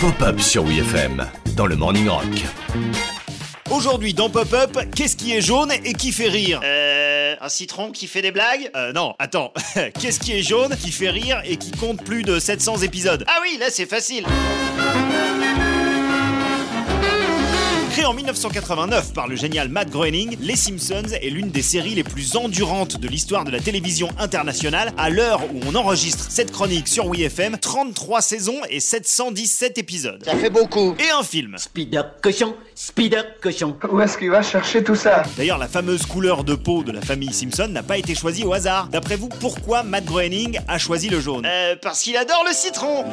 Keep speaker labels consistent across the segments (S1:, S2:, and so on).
S1: Pop-up sur WFM dans le Morning Rock.
S2: Aujourd'hui dans Pop-Up, qu'est-ce qui est jaune et qui fait rire
S3: Euh, un citron qui fait des blagues
S2: Euh, non, attends. qu'est-ce qui est jaune, qui fait rire et qui compte plus de 700 épisodes
S3: Ah oui, là c'est facile.
S2: Créé en 1989 par le génial Matt Groening, Les Simpsons est l'une des séries les plus endurantes de l'histoire de la télévision internationale. À l'heure où on enregistre cette chronique sur WFM, 33 saisons et 717 épisodes.
S4: Ça fait beaucoup.
S2: Et un film.
S4: Speed up, cochon. Speed up, cochon.
S5: Où est-ce qu'il va chercher tout ça
S2: D'ailleurs, la fameuse couleur de peau de la famille Simpson n'a pas été choisie au hasard. D'après vous, pourquoi Matt Groening a choisi le jaune
S3: Euh, parce qu'il adore le citron.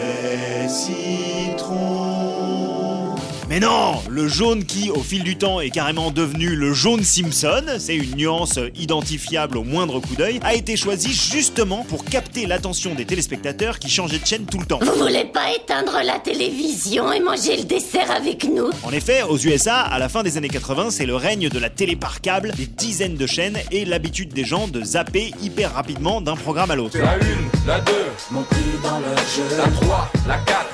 S2: Mais non Le jaune qui, au fil du temps, est carrément devenu le jaune Simpson, c'est une nuance identifiable au moindre coup d'œil, a été choisi justement pour capter l'attention des téléspectateurs qui changeaient de chaîne tout le temps.
S6: Vous voulez pas éteindre la télévision et manger le dessert avec nous
S2: En effet, aux USA, à la fin des années 80, c'est le règne de la télé par câble, des dizaines de chaînes et l'habitude des gens de zapper hyper rapidement d'un programme à l'autre.
S7: La une, la deux, mon dans le jeu. La trois, la quatre,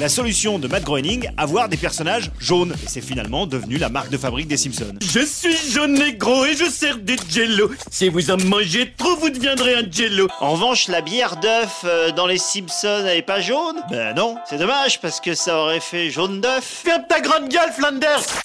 S2: La solution de Matt Groening, avoir des personnages jaunes. Et c'est finalement devenu la marque de fabrique des Simpsons.
S8: Je suis jaune et gros et je sers des jello. Si vous en mangez trop, vous deviendrez un jello.
S3: En revanche, la bière d'œuf euh, dans les Simpsons, elle est pas jaune
S2: Ben non
S3: C'est dommage parce que ça aurait fait jaune d'œuf.
S8: Ferme ta grande gueule, Flanders